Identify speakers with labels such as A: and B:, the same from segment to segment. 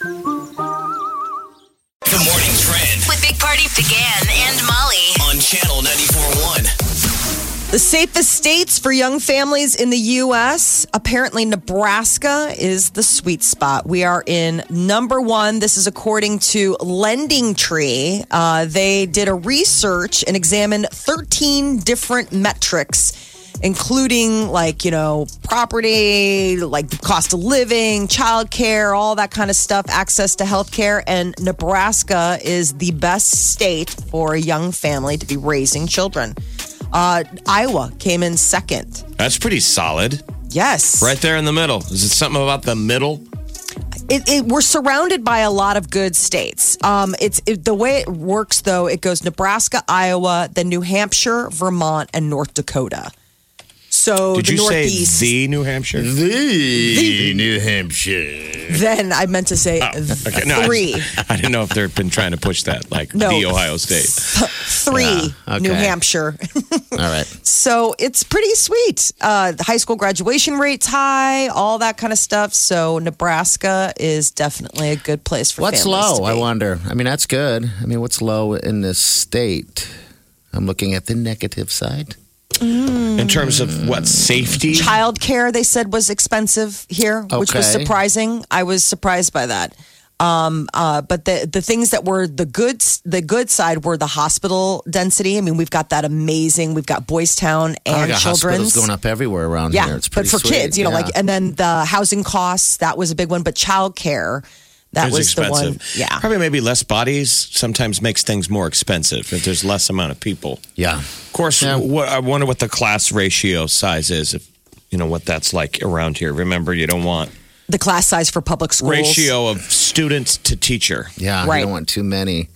A: The morning trend
B: With Big Party began and Molly.
A: on channel 941.
C: The safest states for young families in the U.S. Apparently, Nebraska is the sweet spot. We are in number one. This is according to Lending Tree. Uh, they did a research and examined 13 different metrics, including like, you know, property, like the cost of living, childcare, all that kind of stuff, access to healthcare. And Nebraska is the best state for a young family to be raising children. Uh, Iowa came in second.
D: That's pretty solid.
C: Yes.
D: Right there in the middle. Is it something about the middle?
C: It, it, we're surrounded by a lot of good states. Um, it's it, the way it works, though. It goes Nebraska, Iowa, then New Hampshire, Vermont, and North Dakota. So Oh,
D: Did
C: the
D: you say
C: Northeast.
D: the New Hampshire?
E: The New Hampshire.
C: then I meant to say th-
D: Oh, Okay, no, I
C: three.
D: just- I, didn't know if they've been trying to push that, like
C: No.
D: the Ohio State.
C: Three.
E: Yeah,
C: New
E: okay.
C: Hampshire.
E: All right.
C: So it's pretty sweet. Uh, the high school graduation rates high, all that kind of stuff. So Nebraska is definitely a good place for
E: What's
C: families
E: low?
C: to
E: I
C: be.
E: wonder. I mean, that's good. I mean, what's low in this state? I'm looking at the negative side.
C: Mm.
D: In terms of what safety?
C: childcare they said was expensive here, which was
E: Okay.
C: surprising. I was surprised by that. Um, uh, but the the things that were the good the good side were the hospital density. I mean, we've got that amazing. We've got Boys Town
E: Oh, I
C: and
E: got
C: children's.
E: hospitals going up everywhere around
C: yeah,
E: here. It's
C: but
E: pretty
C: for
E: sweet.
C: kids, you know,
E: Yeah.
C: like and then the housing costs that was a big one. But childcare, that
D: It's
C: was
D: expensive.
C: the one. Yeah,
D: Probably maybe less bodies sometimes makes things more expensive if there's less amount of people.
E: yeah.
D: Of course,
E: Yeah.
D: what, I wonder what the class ratio size is, if you know what that's like around here. Remember, you don't want
C: the class size for public schools
D: ratio of students to teacher.
E: Yeah. You
C: Right.
E: don't want too many.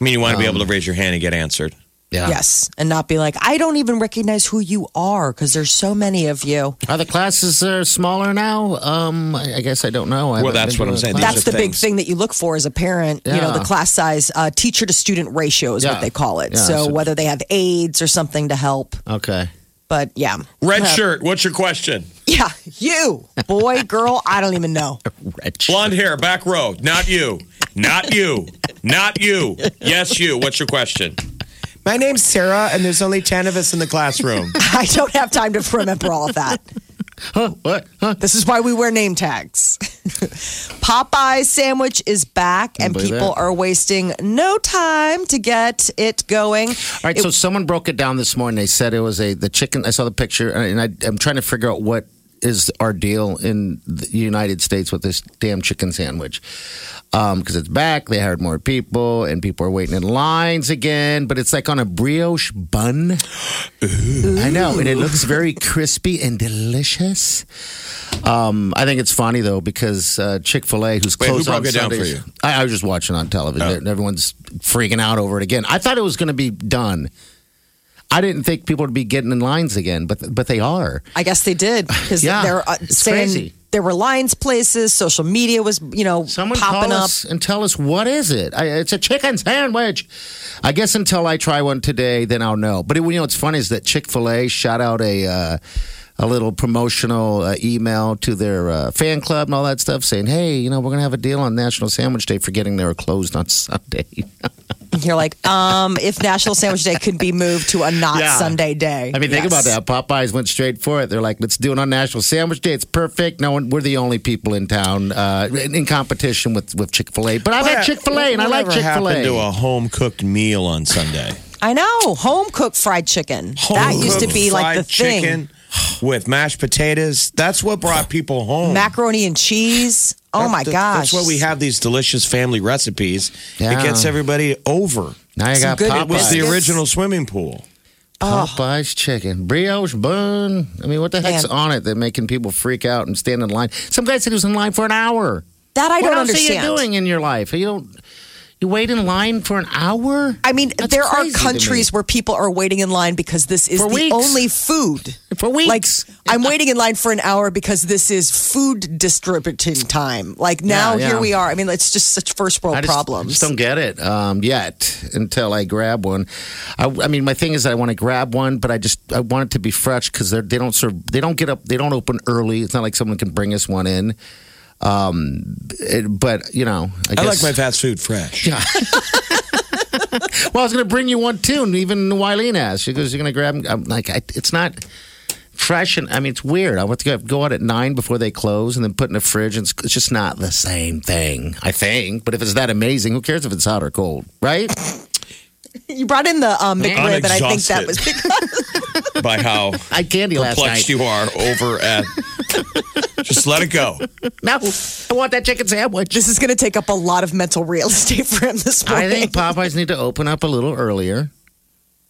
D: I mean, you want to be able to raise your hand and get answered.
E: Yeah.
C: Yes, and not be like I don't even recognize who you are because there's so many of you.
E: Are the classes uh, smaller now? Um, I I guess I don't know. I
D: Well,
E: haven't
D: that's
E: been
D: what I'm
E: to a
D: saying.
E: class.
C: that's
D: These are
C: the big
D: things.
C: thing that you look for as a parent. You know,
E: Yeah.
C: the class size, uh, teacher to student ratio is what
E: Yeah.
C: they call it.
E: Yeah,
C: so,
E: so-
C: whether they have aides or something to help,
E: Okay.
C: but yeah,
D: Red shirt. What's your question?
C: yeah, you boy, girl, I don't even know.
E: Wretch.
D: Blonde hair, back row. Not you. Not you. Not you. Yes, you. What's your question? My name's Sarah, and there's only 10 of us in the classroom.
C: I don't have time to remember all of that.
E: Huh, what? Huh?
C: This is why we wear name tags. Popeye sandwich is back, and
E: believe
C: people
E: that.
C: are wasting no time to get it going.
E: All right, so someone broke it down this morning. They said it was a the chicken. I saw the picture, and I, I'm trying to figure out what is our deal in the United States with this damn chicken sandwich because Um, it's back. They hired more people, and people are waiting in lines again. But it's like on a brioche bun. I know, and it looks very crispy and delicious. Um, I think it's funny though because uh, Chick Fil A, who's
D: Wait, who
E: closed on
D: broke it down for
E: Sundays-
D: you? Oh.
E: I, I was just watching on television. Everyone's freaking out over it again. I thought it was going to be done. I didn't think people would be getting in lines again, but but they are.
C: I guess they did because
E: Yeah,
C: they're uh,
E: it's
C: saying
E: crazy.
C: there were lines places. Social media was, you know,
E: Someone
C: popping
E: call
C: up.
E: us and tell us what is it. I, it's a chicken sandwich. I guess until I try one today, then I'll know. But you know what's funny is that Chick Fil A shot out a uh, a little promotional uh, email to their uh, fan club and all that stuff, saying, "Hey, you know, we're gonna have a deal on National Sandwich Day, forgetting they were closed on Sunday."
C: You're like, um, if National Sandwich Day could be moved to a not
E: Yeah.
C: Sunday day.
E: I mean, think about
C: Yes.
E: that. Popeyes went straight for it. They're like, "Let's do it on National Sandwich Day. It's perfect. No one. We're the only people in town uh, in in competition with with Chick Fil A. But I've had Chick Fil A and I like Chick Fil
D: happened to uh,
E: A.
D: a home cooked meal on Sunday?
C: I know. Home cooked fried chicken. that used to
D: Home-cooked
C: be like the
D: fried
C: thing.
D: chicken with mashed potatoes. That's what brought people home.
C: Macaroni and cheese. Oh
D: That's
C: my
D: the-
C: gosh.
D: That's why we have these delicious family recipes. It
E: Yeah.
D: gets everybody over.
E: Now you
C: Some
E: got
C: good
D: It was
E: Popeyes,
D: the
C: Biscuits.
D: original swimming pool.
E: Popeyes chicken, brioche bun. I mean, what the heck's
C: Man.
E: on it that making people freak out and stand in line? Some guy said he was in line for an hour.
C: That I
E: what
C: don't
E: else
C: understand.
E: are you doing in your life? You don't. You wait in line for an hour?
C: I mean,
E: That's
C: there are
E: crazy to me.
C: countries where people are waiting in line because this is
E: For
C: the
E: weeks.
C: only food.
E: For weeks.
C: Like, I'm waiting in line for an hour because this is food distributing time. Like, now
E: Yeah,
C: here
E: yeah.
C: we are. I mean, it's just such first world
E: I just,
C: problems.
E: just don't get it um, yet until I grab one. I, I mean, my thing is that I want to grab one, but I just I want it to be fresh because they don't serve, they don't get up, they don't open early. It's not like someone can bring us one in. Um, it, but you know, I,
D: I like
E: guess.
D: my fast food fresh.
E: well, I was going to bring you one too, and even Wileen asked. She goes, "You're going to grab?" 'em?" I'm like, I, "It's not." Fresh and I mean it's weird. I want to go, go out at nine before they close and then put in the fridge. And it's, it's just not the same thing, I think. But if it's that amazing, who cares if it's hot or cold, right?
C: you brought in the um, McRib, and I think that
D: exhausted.
C: was
D: By how
E: I had candy last
D: perplexed
E: night.
D: you are over at. Just let it go.
E: No, I want that chicken sandwich.
C: This is going to take up a lot of mental real estate for him this
E: I
C: morning.
E: think Popeyes need to open up a little earlier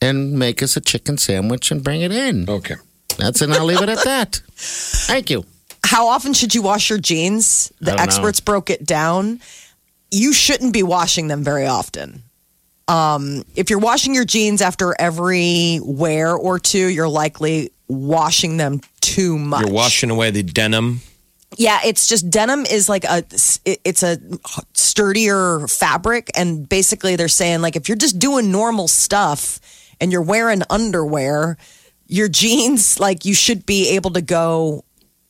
E: and make us a chicken sandwich and bring it in.
D: Okay.
E: That's and I'll leave it at that. Thank you.
C: How often should you wash your jeans?
E: I
C: The
E: don't
C: experts broke it down. You shouldn't be washing them very often. Um, if you're washing your jeans after every wear or two, you're likely washing them too much.
D: You're washing away the denim.
C: Yeah, it's just denim is like a it's a sturdier fabric, and basically they're saying like if you're just doing normal stuff and you're wearing underwear, your jeans like you should be able to go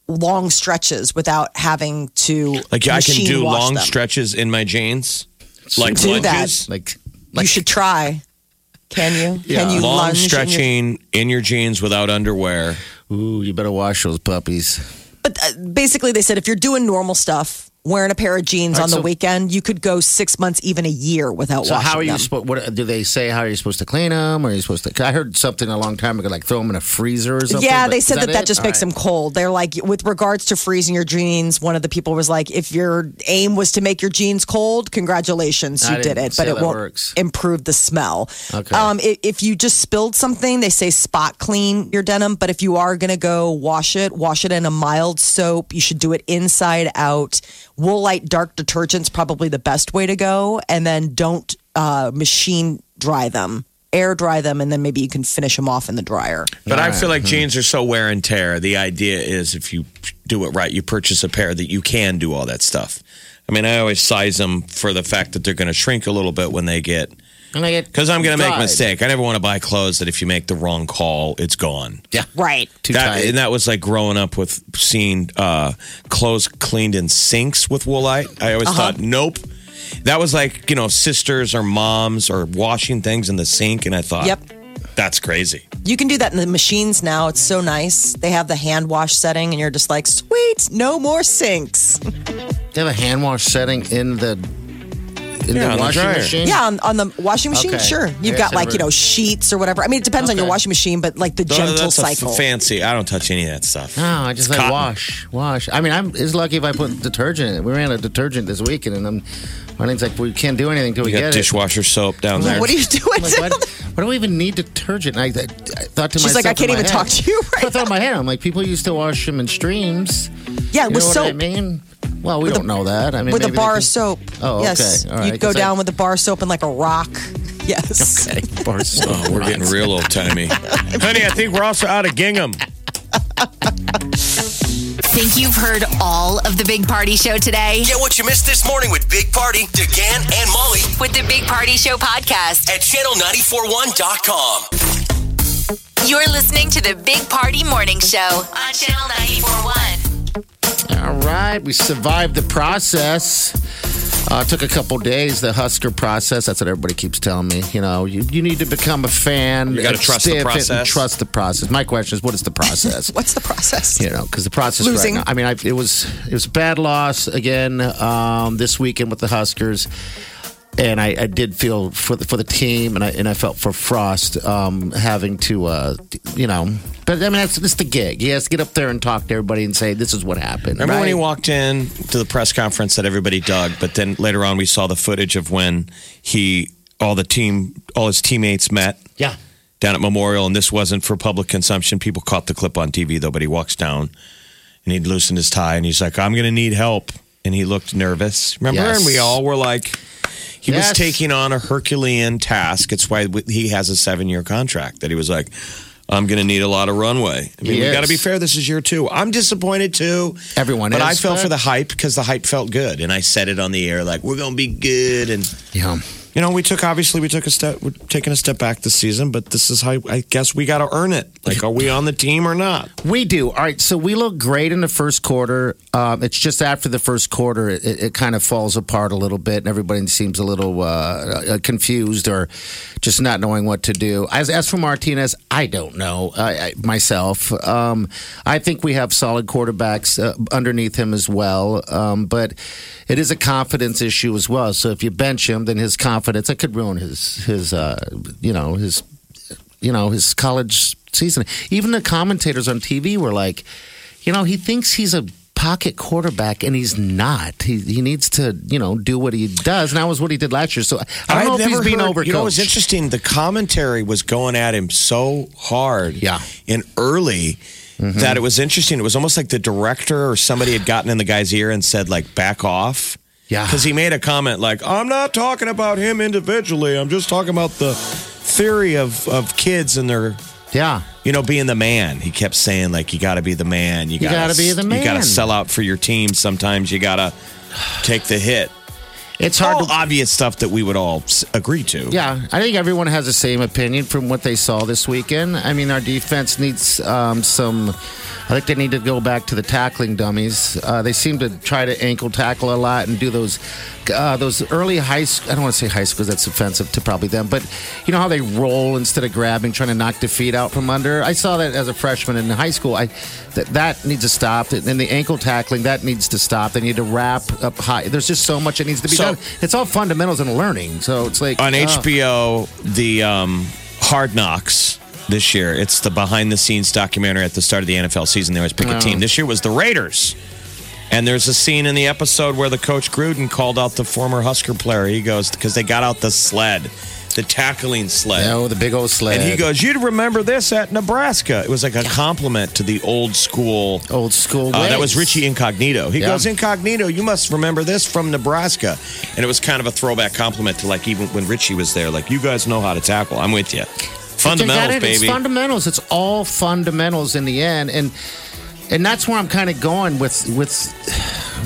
C: long stretches without having to
D: Like I can
C: machine
D: do
C: wash
D: long
C: them.
D: stretches in my jeans, like
C: Do that.
D: lunges.
E: Like,
C: You
E: like
C: should try. Can you? Can you
D: Long
C: lunge in your-
D: stretching in your jeans without underwear.
E: ooh, you better wash those puppies.
C: but uh, basically, they said if you're doing normal stuff, wearing a pair of jeans
E: All right,
C: on the
E: so-
C: weekend, you could go six months, even a year without
E: So
C: washing
E: how are you
C: them.
E: supposed? What do they say? How are you supposed to clean them? Are you supposed to? 'cause I heard something a long time ago, like throw them in a freezer or something.
C: Yeah,
E: but
C: they
E: is
C: said that that,
E: it?
C: just
E: All
C: makes
E: right.
C: them cold. They're like, with regards to freezing your jeans, one of the people was like, if your aim was to make your jeans cold, congratulations, you
E: I
C: did
E: didn't
C: it,
E: see
C: but
E: how
C: it
E: that
C: won't
E: works.
C: improve the smell.
E: Okay.
C: Um, i- if you just spilled something, they say spot clean your denim, but if you are going to go wash it, wash it in a mild soap. You should do it inside out. Woolite dark detergent's probably the best way to go, and then don't uh, machine dry them. Air dry them, and then maybe you can finish them off in the dryer.
D: But I feel like
C: Mm-hmm.
D: jeans are so wear and tear. The idea is if you do it right, you purchase a pair that you can do all that stuff. I mean, I always size them for the fact that they're going to shrink a little bit when they get.
E: And I get-
D: Because I'm going to make a
E: Died.
D: mistake. I never want to buy clothes that if you make the wrong call, it's gone.
E: Yeah,
C: Right.
E: Too
D: that,
E: tight.
D: And that was like growing up with seeing uh, clothes cleaned in sinks with Woolite. I always
C: Uh-huh.
D: thought, nope. That was like, you know, sisters or moms or washing things in the sink. And I thought,
C: Yep.
D: that's crazy.
C: You can do that in the machines now. It's so nice. They have the hand wash setting, and you're just like, sweet, no more sinks.
E: Mm. They have a hand wash setting in the in
D: Yeah, on
E: the
D: the
E: washing
D: dryer.
E: machine.
C: Yeah, on, on the washing machine,
E: Okay.
C: sure. You've
E: Yeah,
C: got like, you
E: never-
C: know, sheets or whatever. I mean, it depends on your
E: Okay.
C: washing machine, but like the
D: Th-
C: gentle
D: that's a f-
C: cycle.
D: fancy. I don't touch any of that stuff.
E: No, Oh, I
D: It's
E: just like
D: cotton.
E: wash, wash. I mean, I'm it's lucky if I put detergent in it. We ran out of detergent this weekend, and I'm my name's like we can't do anything till we
D: You got
E: get it.
D: dishwasher soap down there.
C: what are you
E: I'm
C: doing?
E: like, why, why do we even need detergent? And I, I, I thought to
C: She's
E: myself,
C: like, I
E: in
C: can't
E: my
C: even
E: head-
C: talk to you right
E: I thought in my head, I'm like, people used to wash them in streams.
C: yeah,
E: You
C: with
E: know what I
C: soap.
E: mean? Well, we don't know that. I mean,
C: With a
E: maybe they
C: bar
E: can-
C: of soap.
E: Oh, okay.
C: Yes.
E: All right,
C: You'd go
E: 'cause I-
C: down with a bar of soap and like a rock. Yes.
E: Okay, bar of soap.
D: Oh, we're getting real old timey. Honey, I think we're also out of gingham.
B: Think you've heard all of the Big Party Show today?
A: Get what you missed this morning with Big Party, DeGan, and Molly
B: With the Big Party Show podcast,
A: at channel941.com.
B: you're listening to the Big Party Morning Show on Channel 941.
E: All right, we survived the process. Uh, it took a couple days, the Husker process. That's what everybody keeps telling me. You know, you, you need to become a fan.
D: You gotta
E: and
D: trust the
E: stay a fit and
D: process.
E: Trust the process. My question is, what is the process?
C: What's the process?
E: you know, because the process
C: Losing.
E: Right now, I mean, I, it was it was a bad loss again um, this weekend with the Huskers, and I, I did feel for the, for the team, and I and I felt for Frost um, having to, uh, you know, but I mean, that's just the gig. He has to get up there and talk to everybody and say, "This is what happened."
D: Remember when he
E: right?
D: walked in to the press conference that everybody dug, but then later on we saw the footage of when he, all the team, all his teammates met
E: Yeah.
D: down at Memorial, and this wasn't for public consumption. People caught the clip on TV though, but he walks down and he'd loosened his tie and he's like, "I'm going to need help." and he looked nervous. Remember?
E: Yes.
D: And we all were like, he
E: Yes.
D: was taking on a Herculean task. It's why w- he has a seven year contract that he was like, I'm going to need a lot of runway. I mean,
E: He
D: we got to
E: is.
D: be fair. This is year two. I'm disappointed too.
E: Everyone
D: but
E: is,
D: I fell
E: but-
D: for the hype because the hype felt good. And I said it on the air like, we're going to be good. And,
E: Yeah.
D: you know, we took, obviously, we took a step, we're taking a step back this season, but this is how I guess we got to earn it. Like, are we on the team or not?
E: We do. All right. So we look great in the first quarter. Um, it's just after the first quarter, it, it kind of falls apart a little bit, and everybody seems a little uh, uh, confused or just not knowing what to do. As, as for Martinez, I don't know I, I, myself. Um, I think we have solid quarterbacks uh, underneath him as well, um, but it is a confidence issue as well. So if you bench him, then his confidence it could ruin his his uh, you know his you know his college season. Even the commentators on TV were like, you know, he thinks he's a pocket quarterback and he's not. He he needs to you know do what he does, and that was what he did last year. So I don't know if he's being overcoached.
D: You know, it was interesting. The commentary was going at him so hard,
E: Yeah. Mm-hmm.
D: and early that it was interesting. It was almost like the director or somebody had gotten in the guy's ear and said, like, back off.
E: Yeah.
D: because he made a comment like, "I'm not talking about him individually. I'm just talking about the theory of of kids and their."
E: yeah.
D: You know, being the man, he kept saying like, "You got to be the man. You got
E: gotta
D: to
E: be the
D: You got to
E: man."
D: sell out for your team. Sometimes you got to take the hit."
E: It's hard
D: All
E: to
D: obvious stuff that we would all s- agree to.
E: Yeah, I think everyone has the same opinion from what they saw this weekend. I mean, our defense needs um, some. I think they need to go back to the tackling dummies. Uh, they seem to try to ankle tackle a lot and do those uh, those early high. sc- I don't want to say high school 'cause that's offensive to probably them, but you know how they roll instead of grabbing, trying to knock the feet out from under. I saw that as a freshman in high school. I that that needs to stop. And then the ankle tackling that needs to stop. They need to wrap up high. There's just so much that needs to be
D: So-
E: done. It's all fundamentals and learning. So it's like
D: on
E: oh.
D: HBO the um, Hard Knocks this year. It's the behind the scenes documentary at the start of the NFL season. They always pick a team. This year was the Raiders. And there's a scene in the episode where the coach Gruden called out the former Husker player. He goes because they got out the sled, the tackling sled.
E: No, the big old sled.
D: And he goes, "You'd remember this at Nebraska." It was like a compliment to the old school
E: old school.
D: Uh, that
E: ways.
D: was Richie Incognito. He
E: Yeah.
D: goes, Incognito, you must remember this from Nebraska. And it was kind of a throwback compliment to like even when Richie was there, like, you guys know how to tackle. I'm with you.
E: They got
D: Fundamentals,
E: it. It's
D: baby.
E: fundamentals. It's all fundamentals in the end, and and that's where I'm kind of going with with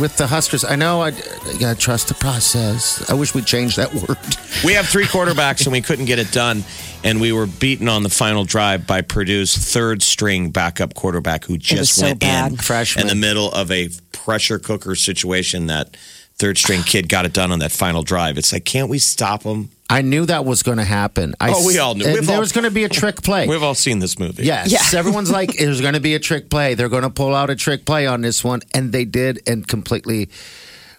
E: with the Huskers. I know I, I gotta trust the process. I wish we changed that word.
D: we have three quarterbacks and we couldn't get it done. And we were beaten on the final drive by Purdue's third string backup quarterback who just
C: was so
D: went in
C: bad.
E: Freshman.
D: in the middle of a pressure cooker situation that third string kid got it done on that final drive. It's like, can't we stop him?
E: I knew that was going to happen. I,
D: Oh, we all knew.
E: and
D: We've
E: there
D: all-
E: was going to be a trick play.
D: We've all seen this movie.
E: Yes.
C: Yeah.
E: Everyone's like, there's going to be a trick play. They're going to pull out a trick play on this one. And they did. And completely,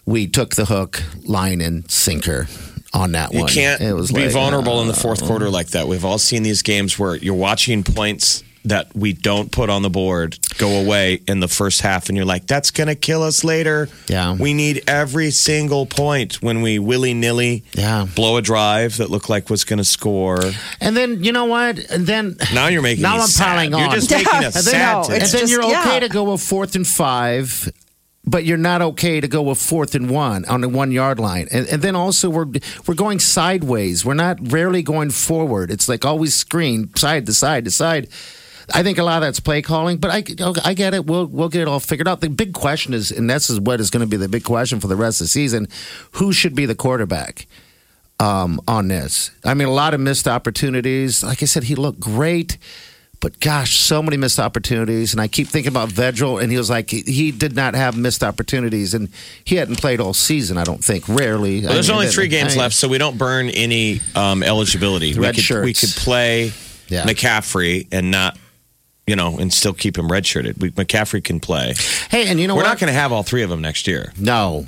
E: we took the hook, line, and sinker on that
D: You
E: one.
D: can't
E: It was
D: be
E: like,
D: vulnerable in the
E: uh,
D: fourth quarter like that. We've all seen these games where you're watching points that we don't put on the board go away in the first half, and you're like, that's going to kill us later.
E: Yeah.
D: We need every single point when we willy nilly
E: Yeah.
D: blow a drive that looked like was going to score.
E: And then, you know what? And then.
D: Now you're making
E: Now
D: me
E: I'm
D: sad.
E: piling on.
D: You're just making us
E: And then,
D: sad.
C: No,
D: today.
E: and
C: It's
E: then
C: just-
E: you're okay
C: yeah.
E: to go a fourth and five, but you're not okay to go a fourth and one on the one yard line. And, and then also we're we're going sideways. We're not rarely going forward. It's like always screen side to side to side. I think a lot of that's play calling, but I okay, I get it. We'll we'll get it all figured out. The big question is, and this is what is going to be the big question for the rest of the season: Who should be the quarterback? um, on this. I mean, a lot of missed opportunities. Like I said, he looked great, but gosh, so many missed opportunities. And I keep thinking about Vedral, and he was like, he, he did not have missed opportunities, and he hadn't played all season. I don't think. Rarely.
D: Well, there's
E: I mean,
D: only
E: and-
D: three games
E: I-
D: left, so we don't burn any um, eligibility. we
E: Red
D: could we
E: shirts.
D: could play
E: Yeah.
D: McCaffrey and not, you know, and still keep him redshirted. We, McCaffrey can play.
E: Hey, and you know
D: We're
E: what?
D: not going to have all three of them next year.
E: No.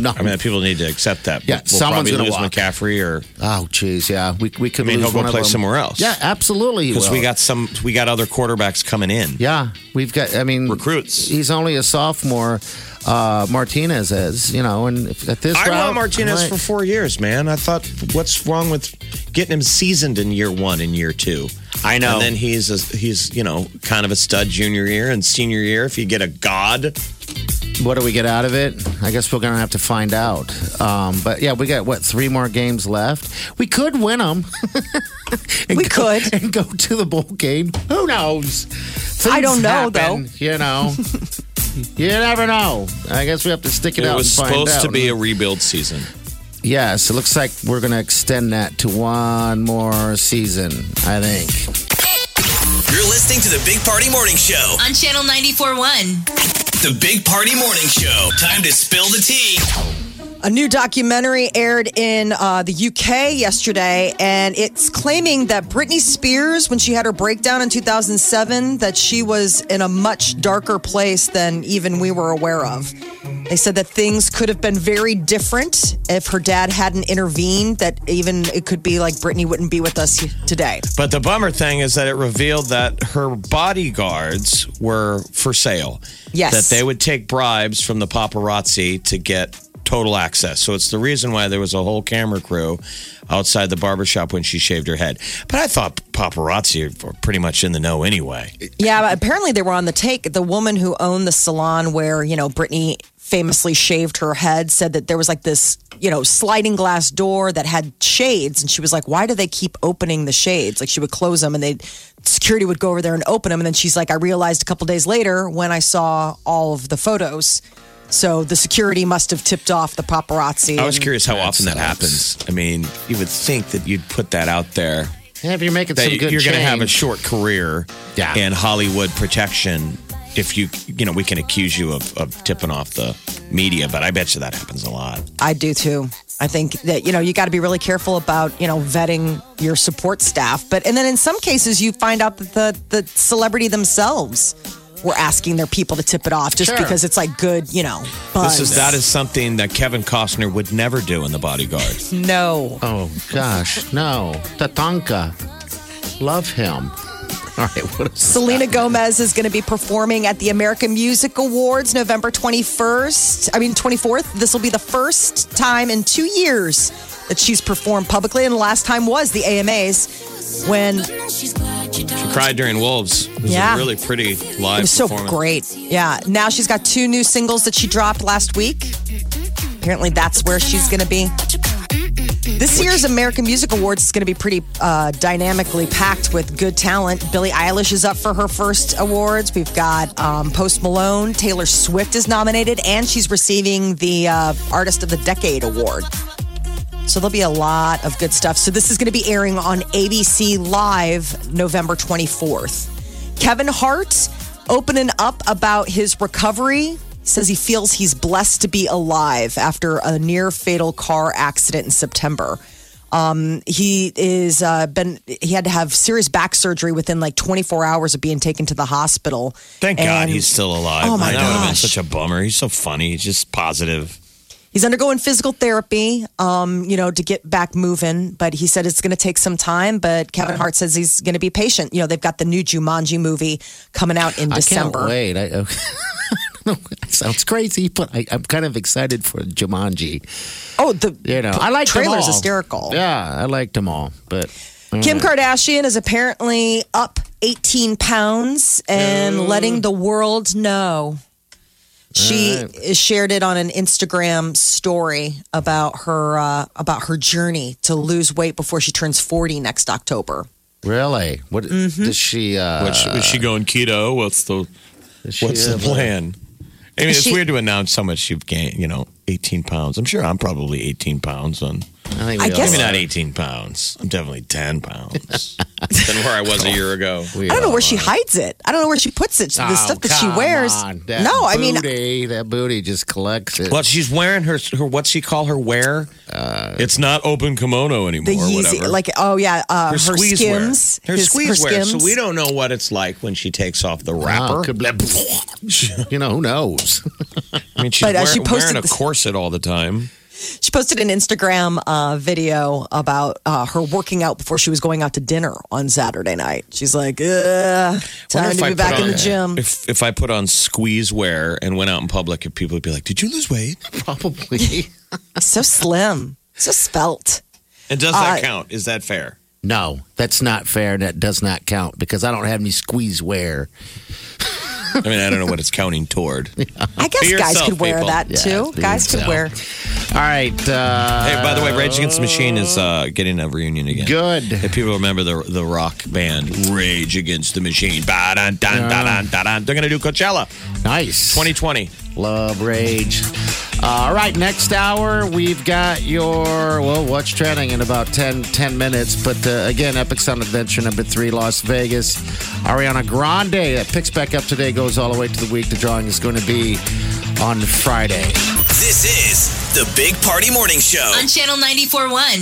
E: No.
D: I mean, people need to accept that.
E: Yeah,
D: we'll
E: someone's
D: probably
E: gonna
D: lose
E: walk.
D: McCaffrey, or
E: oh, jeez. Yeah. We, we could
D: I mean,
E: lose
D: he'll go
E: one of
D: play
E: them.
D: somewhere else.
E: Yeah, absolutely. he
D: because we
E: will.
D: got some, we got other quarterbacks coming in.
E: Yeah, we've got. I mean,
D: Recruits.
E: He's only a sophomore. Uh, Martinez is, you know, and if, at this,
D: I
E: route,
D: want Martinez
E: right.
D: for four years, man. I thought, what's wrong with getting him seasoned in year one and year two?
E: I know.
D: And then he's a, he's you know kind of a stud junior year and senior year. If you get a god
E: What do we get out of it? I guess we're going to have to find out. Um, but yeah, we got what three more games left. We could win them.
C: We could.
E: and go to the bowl game. Who knows?
C: I don't
E: Things
C: know,
E: happen, You know, you never know. I guess we have to stick it,
D: It
E: out.
D: was
E: and find
D: supposed to
E: out.
D: be a rebuild season.
E: Yes, it looks like we're going to extend that to one more season, I think.
A: You're listening to the Big Party Morning Show.
B: On Channel 94.1.
A: The Big Party Morning Show. Time to spill the tea.
C: A new documentary aired in uh, the UK yesterday, and it's claiming that Britney Spears, when she had her breakdown in 2007, that she was in a much darker place than even we were aware of. They said that things could have been very different if her dad hadn't intervened. That even it could be like Britney wouldn't be with us today.
D: But the bummer thing is that it revealed that her bodyguards were for sale.
C: Yes.
D: That they would take bribes from the paparazzi to get total access. So it's the reason why there was a whole camera crew outside the barbershop when she shaved her head. But I thought paparazzi were pretty much in the know anyway.
C: Yeah, but apparently they were on the take. The woman who owned the salon where, you know, Britney famously shaved her head said that there was like this, you know, sliding glass door that had shades. And she was like, why do they keep opening the shades? Like she would close them and they security would go over there and open them. And then she's like, I realized a couple days later when I saw all of the photos. So the security must have tipped off the paparazzi.
D: I was
C: And-
D: curious how often that
E: sucks.
D: happens. I mean, you would think that you'd put that out there.
E: Yeah, if you're making
D: That
E: some good
D: you're going to have
E: change-
D: a short career
E: Yeah.
D: and Hollywood protection if you, you know, we can accuse you of, of tipping off the media, but I bet you that happens a lot.
C: I do too. I think that you know you got to be really careful about you know vetting your support staff, but and then in some cases you find out that the the celebrity themselves were asking their people to tip it off just
E: Sure.
C: because it's like good you know. Buzz.
D: This is that is something that Kevin Costner would never do in The Bodyguard.
C: no.
E: Oh gosh, no, Tatanka, love him. All right, what is
C: Selena Gomez is going to be performing at the American Music Awards November 21st. I mean, 24th. This will be the first time in two years that she's performed publicly, and the last time was the AMAs when
D: She cried during Wolves. It was
C: Yeah.
D: a really pretty live
C: It was so
D: performance.
C: great. Yeah. Now she's got two new singles that she dropped last week. Apparently, that's where she's going to be. This year's American Music Awards is going to be pretty uh, dynamically packed with good talent. Billie Eilish is up for her first awards. We've got um, Post Malone. Taylor Swift is nominated, and she's receiving the uh, Artist of the Decade award. So there'll be a lot of good stuff. So this is going to be airing on ABC Live November 24th. Kevin Hart opening up about his recovery. Says he feels he's blessed to be alive after a near fatal car accident in September. Um, he is uh, been he had to have serious back surgery within like 24 hours of being taken to the hospital.
D: Thank God
C: And-
D: he's still alive.
C: Oh, my
D: that would have been
C: gosh.
D: such a bummer. He's so funny. He's just positive.
C: He's undergoing physical therapy, um, you know, to get back moving. But he said it's going to take some time. But Kevin Hart says he's going to be patient. You know, they've got the new Jumanji movie coming out in
E: I
C: December.
E: can't wait. I, I don't know. It sounds crazy, but I, I'm kind of excited for Jumanji.
C: Oh, the
E: You know, I like
C: trailer's
E: them all.
C: hysterical.
E: Yeah, Mm. I liked them all, but
C: Kim Kardashian is apparently up 18 pounds and letting the world know. She shared it on an Instagram story about her uh, about her journey to lose weight before she turns 40 next October.
E: really, what
C: Mm-hmm.
E: does she? Uh,
D: Which, is she going keto? What's the
E: does she
D: What's the
E: have a-
D: plan? I mean, it's
C: She-
D: weird to announce how much you've gained, you know, 18 pounds. I'm sure I'm probably 18 pounds on.
E: I, think we
C: I
E: all
C: guess-
D: Maybe
E: are.
D: not 18 pounds. I'm definitely 10 pounds than where I was a year ago.
E: We
C: I don't know
E: all
C: where she
E: are.
C: hides it. I don't know where she puts it.
E: Oh,
C: the stuff that she
E: come
C: wears.
E: on. That
C: no, I mean,
E: booty, that booty just collects it.
D: Well, she's wearing her, her what's she call her wear?
E: Uh,
D: it's not open kimono anymore.
C: the
D: or
C: Yeezy.
D: whatever.
C: Like, oh yeah, uh, her,
D: squeeze wear.
C: skims.
D: Her
C: his-
D: squeeze wear. So
C: skims.
D: we don't know what it's like when she takes off the
E: Oh,
D: wrapper.
E: could be- you know who knows?
D: I mean, she's
C: But, uh,
D: wear-
C: she posted
D: wearing a
C: this-
D: corset all the time.
C: She posted an Instagram uh, video about uh, her working out before she was going out to dinner on Saturday night. She's like, Ugh,
D: Wonder
C: time
D: if
C: to
D: I
C: be
D: put
C: back in
D: on-
C: the gym.
D: If, if I put on squeeze wear and went out in public, if people would be like, "Did you lose weight?"
E: Probably
C: so slim, so spelt.
D: And does that
C: Uh,
D: count? Is that fair?
E: no. That's not fair. That does not count because I don't have any squeeze wear.
D: I mean, I don't know what it's counting toward.
C: I guess
D: Be
C: guys
D: yourself,
C: could wear
D: people.
C: that
E: Yeah,
C: too.
E: be
C: Guys could
E: yourself.
C: wear.
E: All right. Uh,
D: Hey, by the way, Rage Against the Machine is uh, getting a reunion again.
E: Good.
D: If people remember the the rock band Rage Against the Machine, Ba-dun, dun, dun, dun, dun, dun. they're going to do Coachella
E: nice.
D: 2020.
E: Love Rage. all right, next hour, we've got your, well, what's trending in about 10, 10 minutes. But uh, again, Epic Sound Adventure number three, Las Vegas. Ariana Grande, that picks back up today, goes all the way to the week. The drawing is going to be on Friday.
A: This is the Big Party Morning Show.
B: on Channel 94.1.